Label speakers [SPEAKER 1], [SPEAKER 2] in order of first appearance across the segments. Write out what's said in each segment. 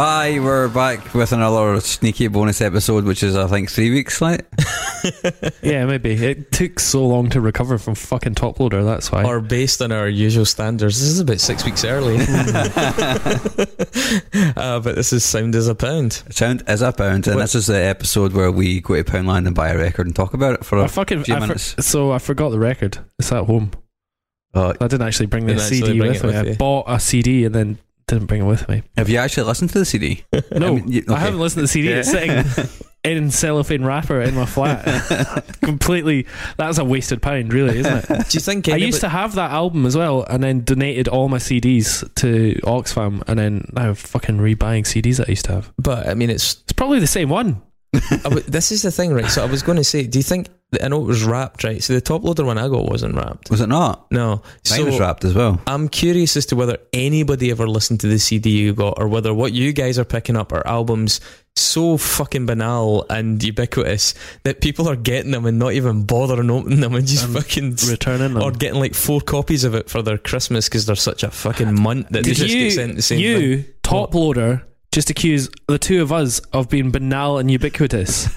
[SPEAKER 1] Aye, we're back with another sneaky bonus episode, which is, I think, three weeks late.
[SPEAKER 2] Yeah, maybe. It took so long to recover from fucking top loader, that's why.
[SPEAKER 3] Or based on our usual standards, this is about six weeks early. uh, but this is sound as a pound.
[SPEAKER 1] Sound is a pound, and
[SPEAKER 3] What-
[SPEAKER 1] this is the episode where we go to Poundland and buy a record and talk about it for
[SPEAKER 3] uh,
[SPEAKER 2] I
[SPEAKER 1] a
[SPEAKER 2] fucking
[SPEAKER 1] few
[SPEAKER 2] I for-
[SPEAKER 1] minutes.
[SPEAKER 2] so I forgot the record. It's at home.
[SPEAKER 1] Uh,
[SPEAKER 2] I didn't actually bring the
[SPEAKER 3] Didn't actually
[SPEAKER 2] CD
[SPEAKER 3] bring
[SPEAKER 2] with
[SPEAKER 3] it
[SPEAKER 2] me.
[SPEAKER 3] with
[SPEAKER 2] I
[SPEAKER 3] you.
[SPEAKER 2] bought a CD and then didn't bring it with me.
[SPEAKER 1] have you actually listened to the CD?
[SPEAKER 2] No, I,
[SPEAKER 1] mean, you- okay.
[SPEAKER 2] haven't listened to the CD. It's sitting in cellophane wrapper in my flat. Completely. That's a wasted pound, really, isn't it?
[SPEAKER 3] Do you think
[SPEAKER 2] I
[SPEAKER 3] anybody,
[SPEAKER 2] used to have that album as well, and then donated all my CDs to Oxfam, and then now I'm fucking rebuying CDs that I used to have.
[SPEAKER 3] But I mean, it's.
[SPEAKER 2] It's probably the same one.
[SPEAKER 3] I w- this is the thing, right? So I was going to say, do you think. I know it was wrapped, right? So the top loader one I got wasn't wrapped.
[SPEAKER 1] Was it not?
[SPEAKER 3] No.
[SPEAKER 1] Mine
[SPEAKER 3] so
[SPEAKER 1] was wrapped as well.
[SPEAKER 3] I'm curious as to whether anybody ever listened to the CD you got, or whether what you guys are picking up are albums so fucking banal and ubiquitous that people are getting them and not even bothering opening them and just
[SPEAKER 2] And
[SPEAKER 3] fucking. s-
[SPEAKER 2] Returning them.
[SPEAKER 3] or getting like four copies of it for their Christmas because they're such a fucking munt that they
[SPEAKER 2] Did
[SPEAKER 3] just
[SPEAKER 2] you,
[SPEAKER 3] get sent the same thing.
[SPEAKER 2] you top loader, just accuse the two of us of being banal and ubiquitous?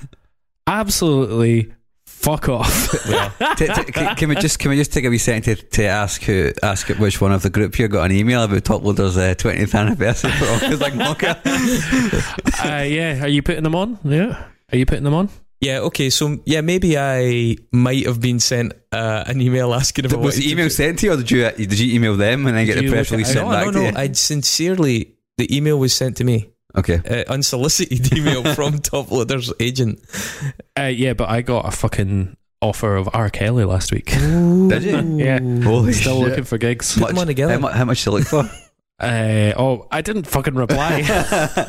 [SPEAKER 2] Absolutely, fuck off.
[SPEAKER 1] T- t- c- can we just can we just take a wee second to, to ask who ask which one of the group here got an email about Top Loader's uh, twentieth anniversary for August like Mocha?
[SPEAKER 2] uh, yeah, are you putting them on? Yeah, are you putting them on?
[SPEAKER 3] Yeah, okay, so yeah, maybe I might have been sent uh, an email asking if I
[SPEAKER 1] Was
[SPEAKER 3] wanted
[SPEAKER 1] the
[SPEAKER 3] to
[SPEAKER 1] email sent to you, or did you did you email them and then get
[SPEAKER 2] Did
[SPEAKER 1] the
[SPEAKER 2] you
[SPEAKER 1] press
[SPEAKER 2] look at-
[SPEAKER 1] release sent
[SPEAKER 3] No,
[SPEAKER 1] back
[SPEAKER 3] no,
[SPEAKER 1] to
[SPEAKER 3] no.
[SPEAKER 1] you?
[SPEAKER 3] I sincerely, the email was sent to me,
[SPEAKER 1] okay,
[SPEAKER 3] uh, unsolicited email from Top Loader's agent.
[SPEAKER 2] Uh, yeah, but I got a fucking offer of R. Kelly last week.
[SPEAKER 1] did you?
[SPEAKER 2] yeah,
[SPEAKER 1] Holy
[SPEAKER 2] still
[SPEAKER 1] shit.
[SPEAKER 2] looking for gigs.
[SPEAKER 3] Put them on together.
[SPEAKER 1] How, mu- how much to look for?
[SPEAKER 2] Uh, oh, I didn't fucking reply.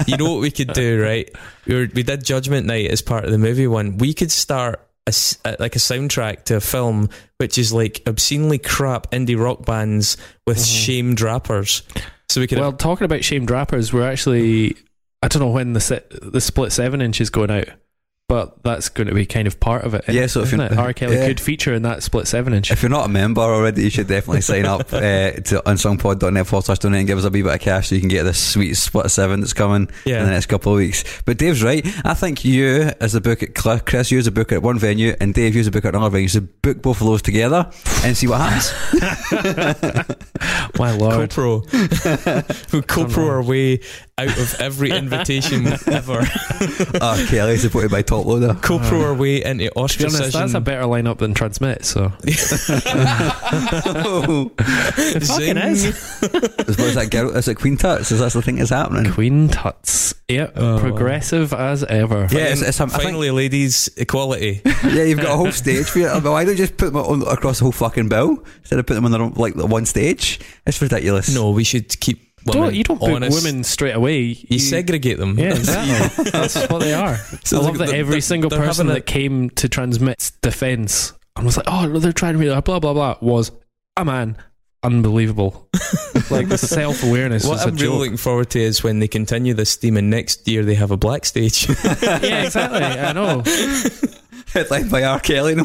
[SPEAKER 3] You know what we could do, right? We, were, we did Judgment Night as part of the movie one. We could start a s a like a soundtrack to a film which is like obscenely crap indie rock bands with shamed rappers. So we could.
[SPEAKER 2] Mm-hmm. well, talking about shamed rappers, we're actually I don't know when the se- the split seven inch is going out. But that's going to be kind of part of it.
[SPEAKER 1] Yeah, so if
[SPEAKER 2] isn't
[SPEAKER 1] you're-
[SPEAKER 2] it? R. Kelly
[SPEAKER 1] yeah.
[SPEAKER 2] could feature in that split seven inch.
[SPEAKER 1] If you're not a member already, you should definitely sign up uh, to unsungpod.net forward slash donate and give us a wee bit of cash so you can get this sweet split seven that's coming in the
[SPEAKER 3] yeah.
[SPEAKER 1] next couple of weeks. But Dave's right. I think you, as a book at Cl- Chris, you as a book at one venue, and Dave, you as a book at another venue. So book both of those together and see what happens.
[SPEAKER 2] My lord.
[SPEAKER 3] CoPro. we CoPro our way out of every invitation ever.
[SPEAKER 1] Ah, Kelly supported by Top Loader.
[SPEAKER 3] CoPro our way into
[SPEAKER 2] To be honest, that's a
[SPEAKER 3] ostracism.
[SPEAKER 2] better lineup than Transmit, so. It
[SPEAKER 3] Zing.
[SPEAKER 1] What's that girl? Is it Queen Tuts? Is that the thing that's happening?
[SPEAKER 2] Queen Tuts. Yep,
[SPEAKER 3] Oh, wow.
[SPEAKER 2] progressive as ever.
[SPEAKER 1] Yeah, it's, it's, I think,
[SPEAKER 3] Finally, ladies, equality.
[SPEAKER 1] yeah, you've got a whole stage for it. Why don't you just put them on, across the whole fucking bill instead of putting them on their own, like the one stage? It's ridiculous.
[SPEAKER 3] No, we should keep women
[SPEAKER 2] Don't, you don't book
[SPEAKER 3] honest.
[SPEAKER 2] women straight away.
[SPEAKER 3] You segregate them.
[SPEAKER 2] Yeah, exactly. That's what they are.
[SPEAKER 3] So
[SPEAKER 2] I love
[SPEAKER 3] like
[SPEAKER 2] that
[SPEAKER 3] the-
[SPEAKER 2] every
[SPEAKER 3] the-
[SPEAKER 2] single
[SPEAKER 3] they're
[SPEAKER 2] person
[SPEAKER 3] having a-
[SPEAKER 2] that came to Transmit's defense and was like, oh, they're trying to be blah, blah, blah, was a man. Unbelievable. like the self awareness
[SPEAKER 3] What
[SPEAKER 2] is a
[SPEAKER 3] I'm really
[SPEAKER 2] joke.
[SPEAKER 3] looking forward to is when they continue this theme and next year they have a black stage.
[SPEAKER 2] yeah, exactly. I know.
[SPEAKER 1] Headlined by R. Kelly.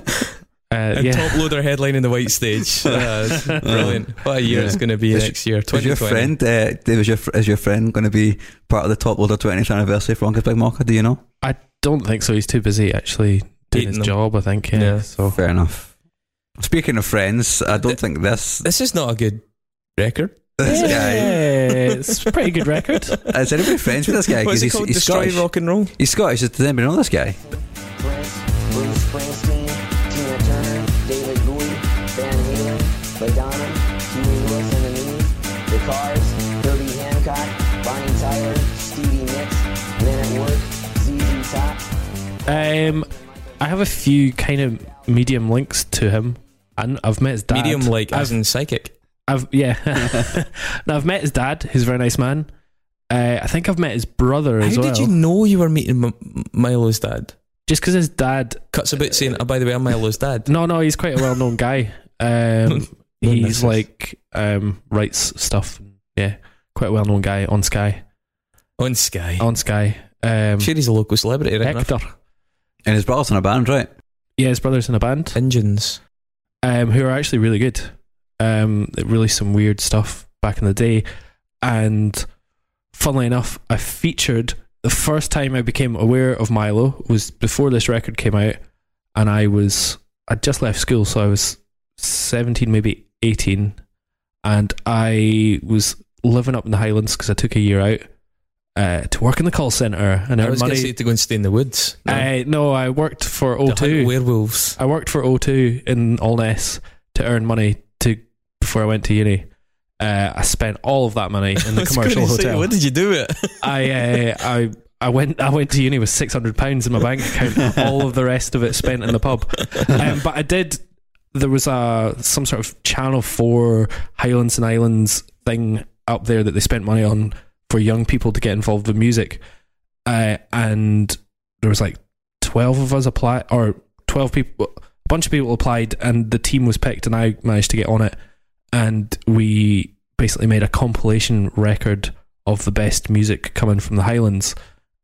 [SPEAKER 2] Uh,
[SPEAKER 3] and
[SPEAKER 2] yeah.
[SPEAKER 3] top loader headline in the white stage. Uh, brilliant. What a year
[SPEAKER 1] Yeah.
[SPEAKER 3] it's going to be
[SPEAKER 1] Is-
[SPEAKER 3] next year.
[SPEAKER 1] Is
[SPEAKER 3] 2020.
[SPEAKER 1] your friend, uh, Dave, is your, fr- is your friend going to be part of the Top Loader 20th anniversary for Uncle's Big Mocha? Do you know?
[SPEAKER 2] I don't think so. He's too busy actually doing
[SPEAKER 3] Eating
[SPEAKER 2] his
[SPEAKER 3] them.
[SPEAKER 2] job, I think. Yeah.
[SPEAKER 3] Yeah.
[SPEAKER 2] So
[SPEAKER 1] Fair enough. Speaking of friends, I don't
[SPEAKER 3] Th-
[SPEAKER 1] think this
[SPEAKER 3] This is not a good record.
[SPEAKER 1] this guy.
[SPEAKER 2] Yeah, it's a pretty good record.
[SPEAKER 1] Is anybody friends with this guy? Because
[SPEAKER 3] What's it
[SPEAKER 1] he's,
[SPEAKER 3] called?
[SPEAKER 1] he's
[SPEAKER 3] Destroy
[SPEAKER 1] Scottish.
[SPEAKER 3] rock and roll.
[SPEAKER 1] He's Scottish. Does anybody know this guy?
[SPEAKER 4] Prince, Bruce Springsteen, Tina Turner, David Bowie, Van Halen, Madonna, Huey Lewis and the News, The Cars, Herbie Hancock, Bonnie Tyler, Stevie Nicks, Men at Work, ZZ Top.
[SPEAKER 2] Um, I have a few kind of medium links to him, and I've met his dad.
[SPEAKER 3] Medium like as
[SPEAKER 2] I've,
[SPEAKER 3] in psychic.
[SPEAKER 2] I've yeah. now I've met his dad, who's a very nice man. Uh, I think I've met his brother
[SPEAKER 3] How
[SPEAKER 2] as well.
[SPEAKER 3] did you know you were meeting M- Milo's dad?
[SPEAKER 2] Just because his dad,
[SPEAKER 3] Cuts about saying, oh, by the way, I'm Milo's dad.
[SPEAKER 2] no, no, he's quite a well-known guy. Um,
[SPEAKER 3] No,
[SPEAKER 2] he's
[SPEAKER 3] this is-
[SPEAKER 2] like um writes stuff. Yeah, quite a well-known guy on Sky.
[SPEAKER 3] On Sky.
[SPEAKER 2] On Sky. Um,
[SPEAKER 3] I'm sure he's a local celebrity, right? enough.
[SPEAKER 2] Hector.
[SPEAKER 1] And his brother's in a band, right?
[SPEAKER 2] Yeah, his brother's in a band.
[SPEAKER 3] Engines.
[SPEAKER 2] um, who are actually really good. Um, they released some weird stuff back in the day, and funnily enough, I featured the first time I became aware of Milo was before this record came out, and I was I'd just left school, so I was seventeen, maybe eighteen, and I was living up in the Highlands because I took a year out uh, to work in the call center and
[SPEAKER 3] I
[SPEAKER 2] earn
[SPEAKER 3] was going to say
[SPEAKER 2] money. Uh,
[SPEAKER 3] to go and stay in the woods. No.
[SPEAKER 2] I no, I worked for
[SPEAKER 3] To hunt
[SPEAKER 2] O2.
[SPEAKER 3] werewolves.
[SPEAKER 2] I worked for O2 in Allness to earn money to before I went to uni. Uh, I spent all of that money in the
[SPEAKER 3] I was
[SPEAKER 2] commercial
[SPEAKER 3] gonna say,
[SPEAKER 2] hotel.
[SPEAKER 3] what did you do it?
[SPEAKER 2] I uh, I I went I went to uni with six hundred pounds in my bank account. and all of the rest of it spent in the pub. Um, but I did. There was a some sort of Channel Four Highlands and Islands thing up there that they spent money on for young people to get involved with music, uh, and there was like twelve of us apply or twelve people, a bunch of people applied, and the team was picked, and I managed to get on it, and we basically made a compilation record of the best music coming from the Highlands.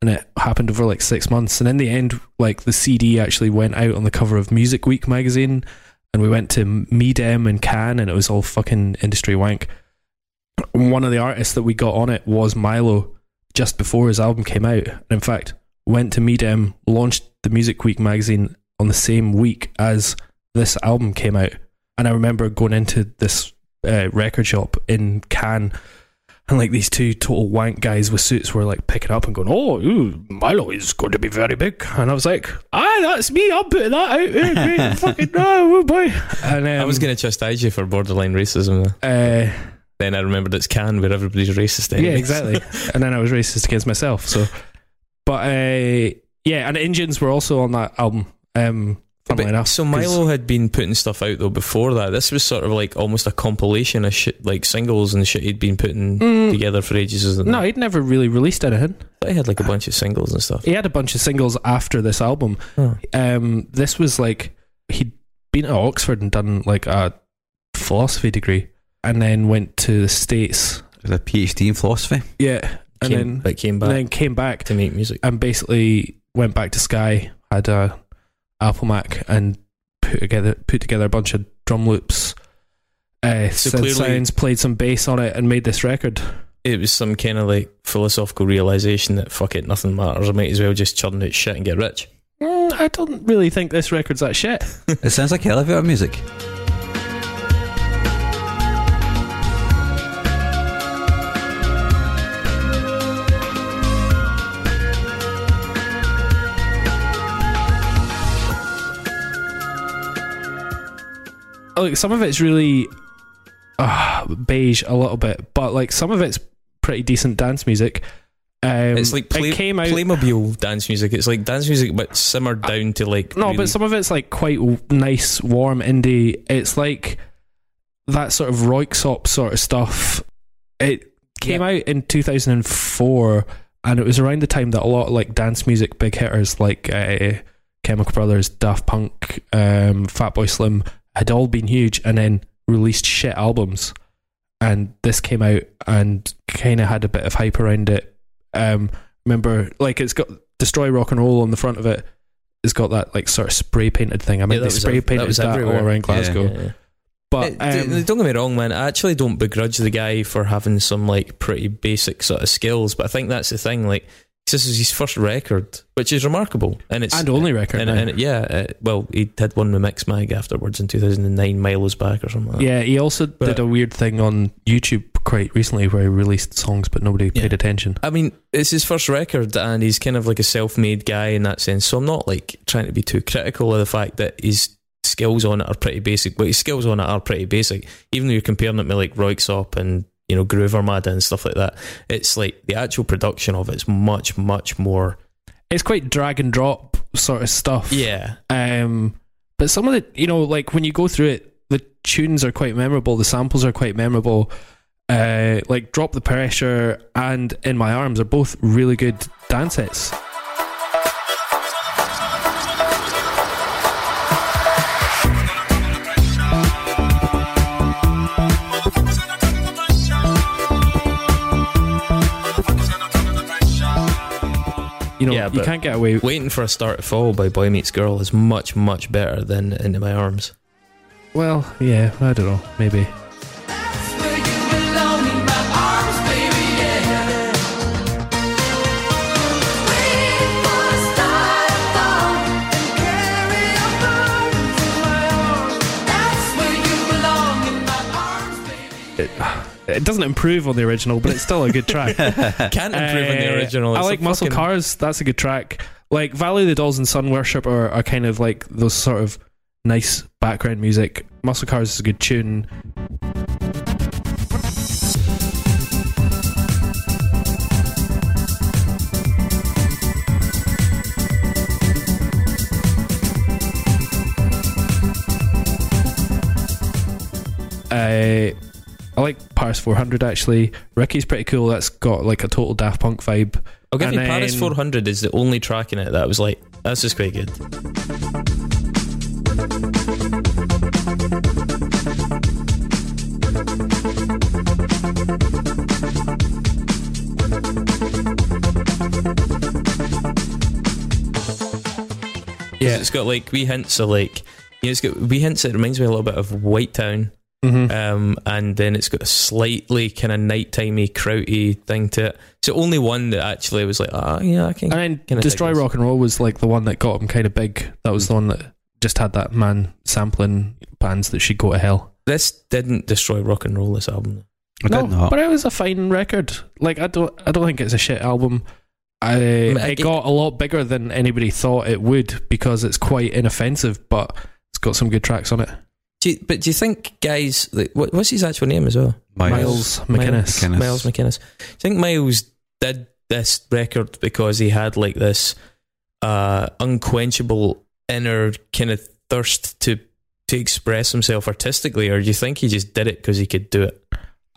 [SPEAKER 2] And it happened over like six months. And in the end, like the CD actually went out on the cover of Music Week magazine. And we went to Medem and Cannes, and it was all fucking industry wank. One of the artists that we got on it was Milo just before his album came out. And in fact, went to Medem, launched the Music Week magazine on the same week as this album came out. And I remember going into this uh, record shop in Cannes and like these two total wank guys with suits were like picking up and going, "Oh, ooh, Milo is going to be very big," and I was like, "Ah, that's me. I'm putting that out. Ooh, great, fucking no, oh boy." And um,
[SPEAKER 3] I was going to chastise you for borderline racism. though.
[SPEAKER 2] uh,
[SPEAKER 3] Then I remembered it's Can where everybody's racist.
[SPEAKER 2] yeah,
[SPEAKER 3] anyways.
[SPEAKER 2] exactly. and then I was racist against myself. So, but uh, yeah, and Indians were also on that album. Um, funnily
[SPEAKER 3] But-
[SPEAKER 2] enough,
[SPEAKER 3] so
[SPEAKER 2] 'cause-
[SPEAKER 3] Milo had been putting stuff out though before that. This was sort of like almost a compilation of shit, like singles and shit he'd been putting
[SPEAKER 2] Mm,
[SPEAKER 3] together for ages. Isn't
[SPEAKER 2] no,
[SPEAKER 3] it?
[SPEAKER 2] he'd never really released anything.
[SPEAKER 3] I had like a bunch of singles and stuff.
[SPEAKER 2] He had a bunch of singles after this album,
[SPEAKER 3] Oh.
[SPEAKER 2] um, this was like he'd been at Oxford and done like a philosophy degree, and then went to the states.
[SPEAKER 1] It was a PhD in philosophy.
[SPEAKER 2] Yeah, and
[SPEAKER 3] Came-
[SPEAKER 2] then
[SPEAKER 3] but came back
[SPEAKER 2] and then came back
[SPEAKER 3] to make music.
[SPEAKER 2] and basically went back to Sky, had a Apple Mac, and put together put together a bunch of drum loops. Uh,
[SPEAKER 3] So
[SPEAKER 2] synth
[SPEAKER 3] clearly-
[SPEAKER 2] sounds played some bass on it and made this record.
[SPEAKER 3] It was some kind of like philosophical realization that fuck it, nothing matters. I might as well just churn out shit and get rich.
[SPEAKER 2] Mm, I don't really think this record's that shit.
[SPEAKER 1] It sounds like elevator music.
[SPEAKER 2] like some of it's really uh, beige a little bit, but like some of it's pretty decent dance music. Um,
[SPEAKER 3] It's like play,
[SPEAKER 2] it came out.
[SPEAKER 3] Playmobil dance music. It's like dance music, but simmered down to like
[SPEAKER 2] no,
[SPEAKER 3] really-
[SPEAKER 2] but some of it's like quite w- nice, warm indie. It's like that sort of Roixop sort of stuff. It came out in 2004, and it was around the time that a lot of like dance music big hitters like uh, Chemical Brothers, Daft Punk, um, Fatboy Slim had all been huge, and then released shit albums. And this came out and kind of had a bit of hype around it. Um, remember, like it's got "Destroy Rock and Roll" on the front of it. It's got that like sort of spray painted thing. I mean,
[SPEAKER 3] that
[SPEAKER 2] they
[SPEAKER 3] was
[SPEAKER 2] spray
[SPEAKER 3] ev- that
[SPEAKER 2] painted
[SPEAKER 3] was
[SPEAKER 2] that, all
[SPEAKER 3] everywhere.
[SPEAKER 2] around Glasgow.
[SPEAKER 3] Yeah.
[SPEAKER 2] But
[SPEAKER 3] Uh, d-
[SPEAKER 2] um,
[SPEAKER 3] don't get me wrong, man. I actually don't begrudge the guy for having some like pretty basic sort of skills, but I think that's the thing. Like, 'cause this is his first record, which is remarkable, and it's
[SPEAKER 2] and only record.
[SPEAKER 3] and,
[SPEAKER 2] now.
[SPEAKER 3] and yeah, uh, well, he had one with Mix Mag afterwards in 2009, Milo's back or something. Like that.
[SPEAKER 2] yeah, he also did a weird thing on YouTube quite recently where he released songs but nobody
[SPEAKER 3] Yeah.
[SPEAKER 2] paid attention.
[SPEAKER 3] I mean, it's his first record, and he's kind of like a self-made guy in that sense. So I'm not like trying to be too critical of the fact that his skills on it are pretty basic, but his skills on it are pretty basic. Even though you're comparing it with like Roixop and you know Groover Mad and stuff like that, it's like the actual production of it's much, much more.
[SPEAKER 2] It's quite drag and drop sort of stuff.
[SPEAKER 3] Yeah,
[SPEAKER 2] Um, but some of the, you know, like when you go through it, the tunes are quite memorable. The samples are quite memorable. Uh, like "Drop the Pressure" and "In My Arms" are both really good dance hits. You know,
[SPEAKER 3] Yeah,
[SPEAKER 2] you
[SPEAKER 3] but-
[SPEAKER 2] can't get away.
[SPEAKER 3] waiting for a start to fall by Boy Meets Girl is much, much better than Into My Arms.
[SPEAKER 2] Well, yeah, I don't know, maybe.
[SPEAKER 5] Where you belong in my arms, baby, yeah.
[SPEAKER 2] it doesn't improve on the original, but it's still a good track.
[SPEAKER 3] Can't improve on the
[SPEAKER 2] Uh,
[SPEAKER 3] original.
[SPEAKER 2] I
[SPEAKER 3] It's a
[SPEAKER 2] like Muscle
[SPEAKER 3] fucking-
[SPEAKER 2] Cars. That's a good track. Like Valley of the Dolls and Sun Worship are, are kind of like those sort of nice background music. Muscle Cars is a good tune. Uh, I like Paris 400 actually. Ricky's pretty cool. That's got like a total Daft Punk vibe.
[SPEAKER 3] I'll give
[SPEAKER 2] And
[SPEAKER 3] you Paris
[SPEAKER 2] then-
[SPEAKER 3] 400 is the only track in it that was like, that's just quite good. Yeah. It's got like wee hints of like, you know, it's got wee hints that reminds me a little bit of White Town.
[SPEAKER 2] Mm-hmm.
[SPEAKER 3] Um, and then it's got a slightly kind of nighttimey, crowty thing to it. It's the only one that actually was like, ah, yeah, I can.
[SPEAKER 2] And then
[SPEAKER 3] kinda
[SPEAKER 2] Destroy
[SPEAKER 3] things.
[SPEAKER 2] Rock and Roll was like the one that got him kind of big. That was the one that just had that man sampling bands that should go to hell.
[SPEAKER 3] This didn't destroy rock and roll. This album.
[SPEAKER 1] I did not.
[SPEAKER 2] but it was a fine record. Like I don't, I don't think it's a shit album. I, it
[SPEAKER 3] it-
[SPEAKER 2] got a lot bigger than anybody thought it would because it's quite inoffensive, but it's got some good tracks on it.
[SPEAKER 3] Do you, but do you think guys? Like, what, what's his actual name as well?
[SPEAKER 2] Miles, McInnes.
[SPEAKER 1] McInnes.
[SPEAKER 3] Miles McInnes. Do you think Miles did this record because he had like this uh, unquenchable inner kind of thirst to to express himself artistically, or do you think he just did it because he could do it?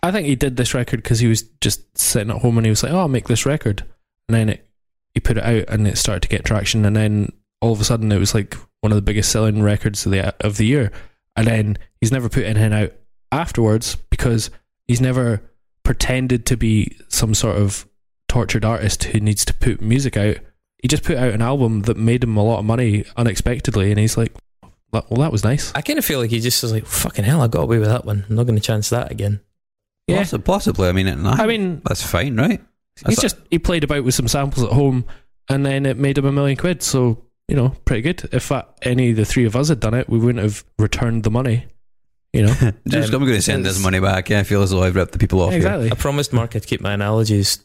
[SPEAKER 2] I think he did this record because he was just sitting at home and he was like, "Oh, I'll make this record," and then it, he put it out and it started to get traction, and then all of a sudden it was like one of the biggest selling records of the of the year, and then he's never put anything out afterwards because he's never pretended to be some sort of tortured artist who needs to put music out. He just put out an album that made him a lot of money unexpectedly, and he's like, "Well, that was nice."
[SPEAKER 3] I kind of feel like he just was like, fucking hell, I got away with that one. I'm not going to chance that again.
[SPEAKER 2] Yeah.
[SPEAKER 1] Possi- Possibly. I mean, it-
[SPEAKER 2] I mean,
[SPEAKER 1] that's fine, right?
[SPEAKER 2] He's
[SPEAKER 1] That's-
[SPEAKER 2] just he played about with some samples at home, and then it made him a million quid. So you know, pretty good. If uh, any of the three of us had done it, we wouldn't have returned the money. You know,
[SPEAKER 1] Just,
[SPEAKER 3] Um,
[SPEAKER 1] I'm going to send this
[SPEAKER 3] it's-
[SPEAKER 1] money back. Yeah, I feel as though I've ripped the people off
[SPEAKER 2] exactly.
[SPEAKER 3] I promised Mark I'd keep my analogies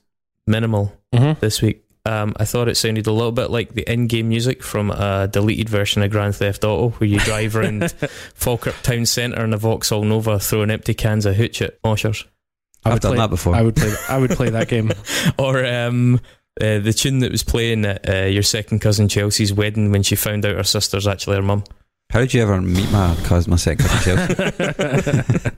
[SPEAKER 3] minimal
[SPEAKER 2] Mhm.
[SPEAKER 3] this week. Um, I thought it sounded a little bit like the in-game music from a deleted version of Grand Theft Auto, where you drive around Falkirk Town Centre in a Vauxhall Nova throwing empty cans of hooch at moshers.
[SPEAKER 2] I
[SPEAKER 1] here.
[SPEAKER 2] would
[SPEAKER 1] I've done
[SPEAKER 2] play,
[SPEAKER 1] that before.
[SPEAKER 2] I would play. I would play that game.
[SPEAKER 3] Or um, uh, the tune that was playing at uh, your second cousin Chelsea's wedding when she found out her sister's actually her mum.
[SPEAKER 1] How did you ever meet my cousin, my second cousin? Chelsea?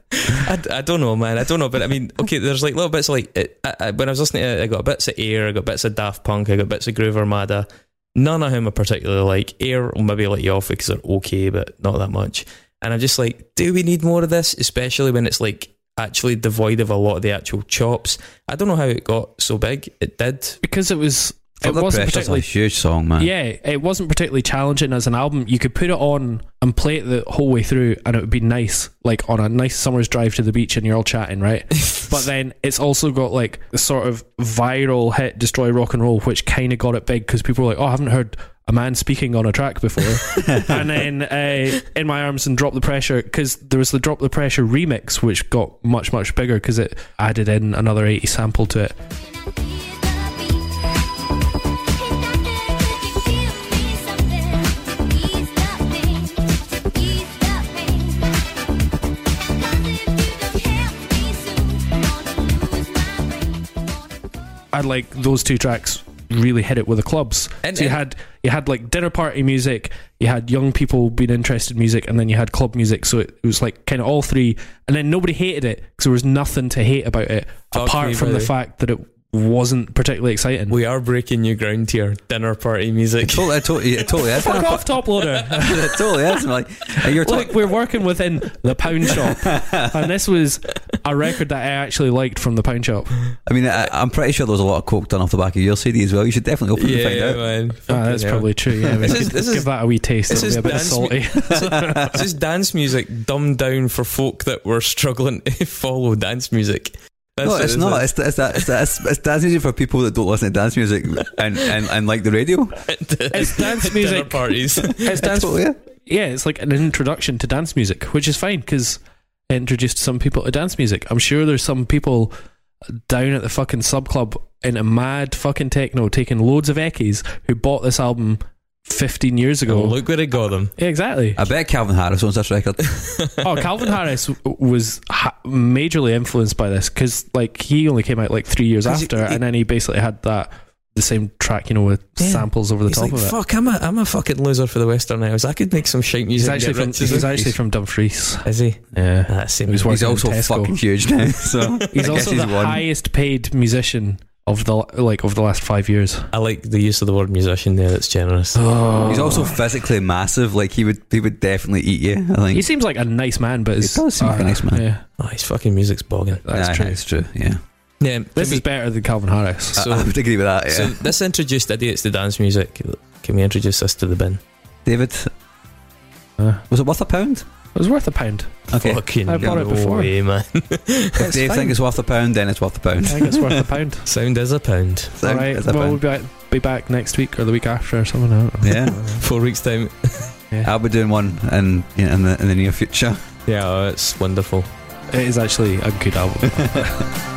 [SPEAKER 3] I, I don't know, man. I don't know, but I mean, okay. There's like little bits of like it, I, I, when I was listening to it, I got bits of Air, I got bits of Daft Punk, I got bits of Groove Armada. None of whom I particularly like. Air will maybe let you off because they're okay, but not that much. And I'm just like, do we need more of this? Especially when it's like actually devoid of a lot of the actual chops. I don't know how it got so big. It did.
[SPEAKER 2] because it was. It
[SPEAKER 1] Love the
[SPEAKER 2] wasn't
[SPEAKER 1] Pressure's a
[SPEAKER 2] particularly.
[SPEAKER 1] huge song, man.
[SPEAKER 2] Yeah, it wasn't particularly challenging as an album. You could put it on and play it the whole way through, and it would be nice, like on a nice summer's drive to the beach, and you're all chatting, right? But then it's also got like the sort of viral hit Destroy Rock and Roll, which kind of got it big because people were like, oh, I haven't heard a man speaking on a track before. and then uh, In My Arms and Drop the Pressure, because there was the Drop the Pressure remix, which got much, much bigger because it added in another 80 sample to it. I like those two tracks really hit it with the clubs.
[SPEAKER 3] And-
[SPEAKER 2] so you
[SPEAKER 3] and-
[SPEAKER 2] had you had like dinner party music, you had young people being interested in music, and then you had club music. So it, it was like kind of all three, and then nobody hated it because there was nothing to hate about it
[SPEAKER 3] Talk to me,
[SPEAKER 2] apart from
[SPEAKER 3] brother.
[SPEAKER 2] the fact that it wasn't particularly exciting.
[SPEAKER 3] We are breaking new ground here. Dinner party music.
[SPEAKER 1] Totally, it totally, it totally is.
[SPEAKER 2] Fuck off, top loader.
[SPEAKER 1] it totally is. I'm like, and you're
[SPEAKER 2] Look,
[SPEAKER 1] talking.
[SPEAKER 2] we're working within the pound shop, and this was a record that I actually liked from the pound shop.
[SPEAKER 1] I mean, I, I'm pretty sure there was a lot of coke done off the back of your CD as well. You should definitely open and
[SPEAKER 3] Yeah,
[SPEAKER 1] find
[SPEAKER 3] yeah,
[SPEAKER 1] out.
[SPEAKER 3] man.
[SPEAKER 2] Ah, that's
[SPEAKER 3] Fucking hell.
[SPEAKER 2] probably true. Yeah, we
[SPEAKER 3] This
[SPEAKER 2] could
[SPEAKER 3] is- this
[SPEAKER 2] give
[SPEAKER 3] is-
[SPEAKER 2] that a wee taste.
[SPEAKER 3] this
[SPEAKER 2] It'll
[SPEAKER 3] is
[SPEAKER 2] be a bit
[SPEAKER 3] dance mu-
[SPEAKER 2] salty.
[SPEAKER 3] it's just dance music dumbed down for folk that were struggling to follow dance music. That's
[SPEAKER 1] no,
[SPEAKER 3] what
[SPEAKER 1] it's
[SPEAKER 3] it
[SPEAKER 1] not.
[SPEAKER 3] is.
[SPEAKER 1] It's, it's, that, it's, that, it's, it's dance music for people that don't listen to dance music and, and, and like the radio.
[SPEAKER 2] It's dance
[SPEAKER 3] Dinner
[SPEAKER 2] music.
[SPEAKER 3] parties.
[SPEAKER 2] It's dance
[SPEAKER 1] Totally, yeah.
[SPEAKER 2] yeah, it's like an introduction to dance music, which is fine because introduced some people to dance music. I'm sure there's some people down at the fucking sub club in a mad fucking techno taking loads of eckies who bought this album 15 years ago.
[SPEAKER 3] Oh, look where it got them.
[SPEAKER 2] Yeah, exactly.
[SPEAKER 1] I bet Calvin Harris owns this record.
[SPEAKER 2] oh, Calvin Harris w- was ha- majorly influenced by this because, like, he only came out like three years
[SPEAKER 3] 'Cause he-
[SPEAKER 2] after,
[SPEAKER 3] he-
[SPEAKER 2] and then he basically had that the same track, you know, with
[SPEAKER 3] Yeah.
[SPEAKER 2] samples over the
[SPEAKER 3] He's
[SPEAKER 2] top
[SPEAKER 3] like,
[SPEAKER 2] of it.
[SPEAKER 3] fuck, I'm a, I'm a fucking loser for the Western Isles. I could make some shite music.
[SPEAKER 2] He's
[SPEAKER 3] and
[SPEAKER 2] actually
[SPEAKER 3] get
[SPEAKER 2] from
[SPEAKER 3] rich as
[SPEAKER 2] he's
[SPEAKER 3] a-
[SPEAKER 2] actually from Dumfries.
[SPEAKER 3] Is he? Ah,
[SPEAKER 2] Yeah,
[SPEAKER 3] That seems.
[SPEAKER 2] He's
[SPEAKER 1] He's
[SPEAKER 2] working in
[SPEAKER 1] also
[SPEAKER 2] Tesco.
[SPEAKER 1] fucking huge now. So
[SPEAKER 2] he's
[SPEAKER 1] I guess
[SPEAKER 2] also
[SPEAKER 1] he's
[SPEAKER 2] the
[SPEAKER 1] won.
[SPEAKER 2] highest paid musician of the like of the last five years.
[SPEAKER 3] I like the use of the word musician there. That's generous.
[SPEAKER 2] Oh,
[SPEAKER 1] He's also physically massive. Like he would, he would definitely eat you. I think.
[SPEAKER 2] he seems like a nice man, but
[SPEAKER 1] He
[SPEAKER 2] it's, uh,
[SPEAKER 1] does seem like a nice man.
[SPEAKER 2] Yeah,
[SPEAKER 3] Oh, his fucking music's bogging.
[SPEAKER 2] that's
[SPEAKER 1] Aye,
[SPEAKER 2] true.
[SPEAKER 1] That's true. Yeah,
[SPEAKER 3] Yeah,
[SPEAKER 2] This
[SPEAKER 3] can
[SPEAKER 2] is better than Calvin Harris.
[SPEAKER 1] I-
[SPEAKER 3] So-
[SPEAKER 1] I, would agree with that.
[SPEAKER 3] we-
[SPEAKER 1] Yeah.
[SPEAKER 3] so this introduced idiots to dance music. Can we introduce this to the bin?
[SPEAKER 1] David,
[SPEAKER 2] Uh,
[SPEAKER 1] was it worth a pound?
[SPEAKER 2] it was worth a pound.
[SPEAKER 1] Okay.
[SPEAKER 3] Fucking
[SPEAKER 2] I bought it
[SPEAKER 3] no
[SPEAKER 2] before.
[SPEAKER 3] way, man.
[SPEAKER 1] If
[SPEAKER 2] That's
[SPEAKER 1] Dave
[SPEAKER 2] fine.
[SPEAKER 1] think it's worth a pound, then it's worth a
[SPEAKER 2] I
[SPEAKER 1] pound.
[SPEAKER 2] think it's worth a pound.
[SPEAKER 3] Sound is a pound.
[SPEAKER 1] So
[SPEAKER 2] All right.
[SPEAKER 1] it's a
[SPEAKER 2] Well, we'll
[SPEAKER 1] pound.
[SPEAKER 2] be back, be back next week or the week after or something. I don't know.
[SPEAKER 1] Yeah.
[SPEAKER 3] Four weeks time.
[SPEAKER 1] I'll be doing one in you know, in the in the near future.
[SPEAKER 3] Yeah, oh, it's wonderful.
[SPEAKER 2] It is actually a good album.